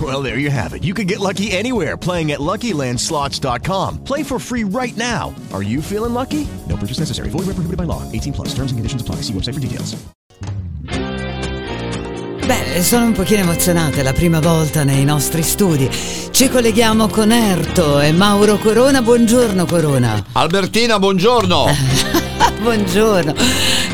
Well, there you have it. You can get lucky anywhere playing at LuckyLandSlots.com. Play for free right now. Are you feeling lucky? No purchase necessary. Void where prohibited by law. 18 plus. Terms and conditions apply. See website for details. Beh, sono un pochino emozionata, è la prima volta nei nostri studi. Ci colleghiamo con Erto e Mauro Corona. Buongiorno Corona. Albertina, buongiorno. Eh, buongiorno.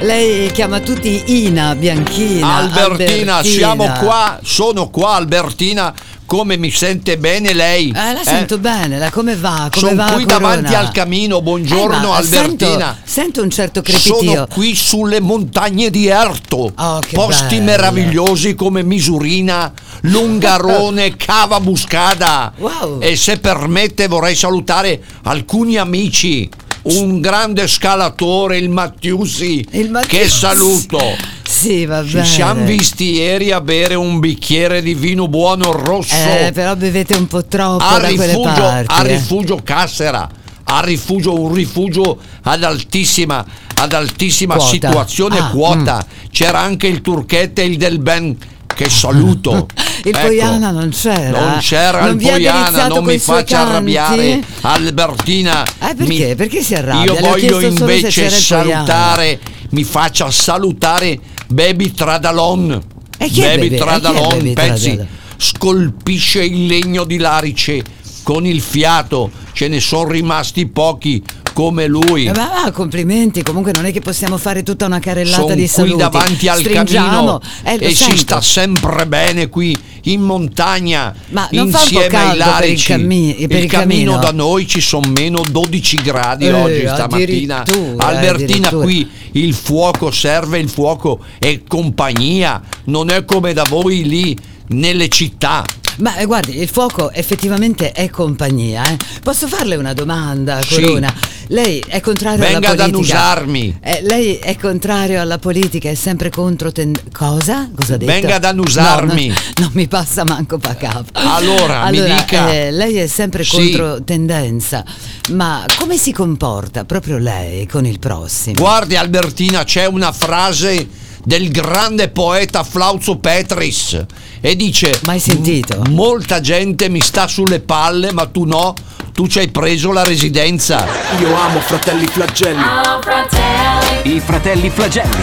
Lei chiama tutti Ina, Bianchina. Albertina, siamo qua, sono qua Albertina. Come mi sente bene lei? Eh, la sento bene, la- come va? Come Sono va qui Corona? davanti al camino, Eh, buongiorno ma Albertina. Sento, sento un certo Sono crepitio. qui sulle montagne di Erto, Oh, che posti bello. meravigliosi come Misurina, Lungarone, Cava Buscada. Wow. E se permette vorrei salutare alcuni amici. Un grande scalatore, il Mattiusi, Il Mattiusi. che saluto. Sì, va bene. Ci siamo visti ieri a bere un bicchiere di vino buono rosso Eh, però bevete un po' troppo a, da quelle rifugio, parti. a eh. rifugio Cassera, a rifugio, un rifugio ad altissima, ad altissima Quota. situazione Ah, quota. C'era anche il Turchette e il Del Ben. Che saluto! Il Ecco, Poiana non c'era. Non c'era Non il vi ha Poiana, deliziato non coi mi suoi faccia canti? arrabbiare, Albertina. Eh, perché? mi- Perché si arrabbia? Io Le ho chiesto voglio solo se invece c'era il Poiana. salutare, mi faccia salutare Baby Tradalon. E chi è Baby Baby- e chi è Tradalon, Baby pezzi Tradalon? scolpisce il legno di Larice con il fiato, ce ne sono rimasti pochi come lui. Eh, Ma va, complimenti, comunque non è che possiamo fare tutta una carrellata Sono di qui saluti. davanti al Stringiamo. camino Eh, lo e si sento. sta sempre bene qui in montagna Ma non fa un po' insieme ai caldo per il larici. cammi- per il cammino cammino? da noi ci sono meno 12 gradi Eh, oggi stamattina. addirittura, Albertina addirittura. qui il fuoco serve, il fuoco e compagnia, non è come da voi lì nelle città. Ma eh, guardi, il fuoco effettivamente è compagnia. eh. Posso farle una domanda, Sì. Corona? Lei è contrario Venga ad alla politica? annusarmi. Eh, lei è contrario alla politica, è sempre contro... tend- Cosa? Cosa ha detto? Venga ad annusarmi. No, non, non mi passa manco pa' capo. Allora, mi Allora, dica. eh, lei è sempre Sì. contro tendenza, ma come si comporta proprio lei con il prossimo? Guardi Albertina, c'è una frase del grande poeta Flauzo Petris e dice Mai sentito? "M- Molta gente mi sta sulle palle, ma tu no, tu ci hai preso la residenza. Io amo fratelli flagelli. I fratelli flagelli.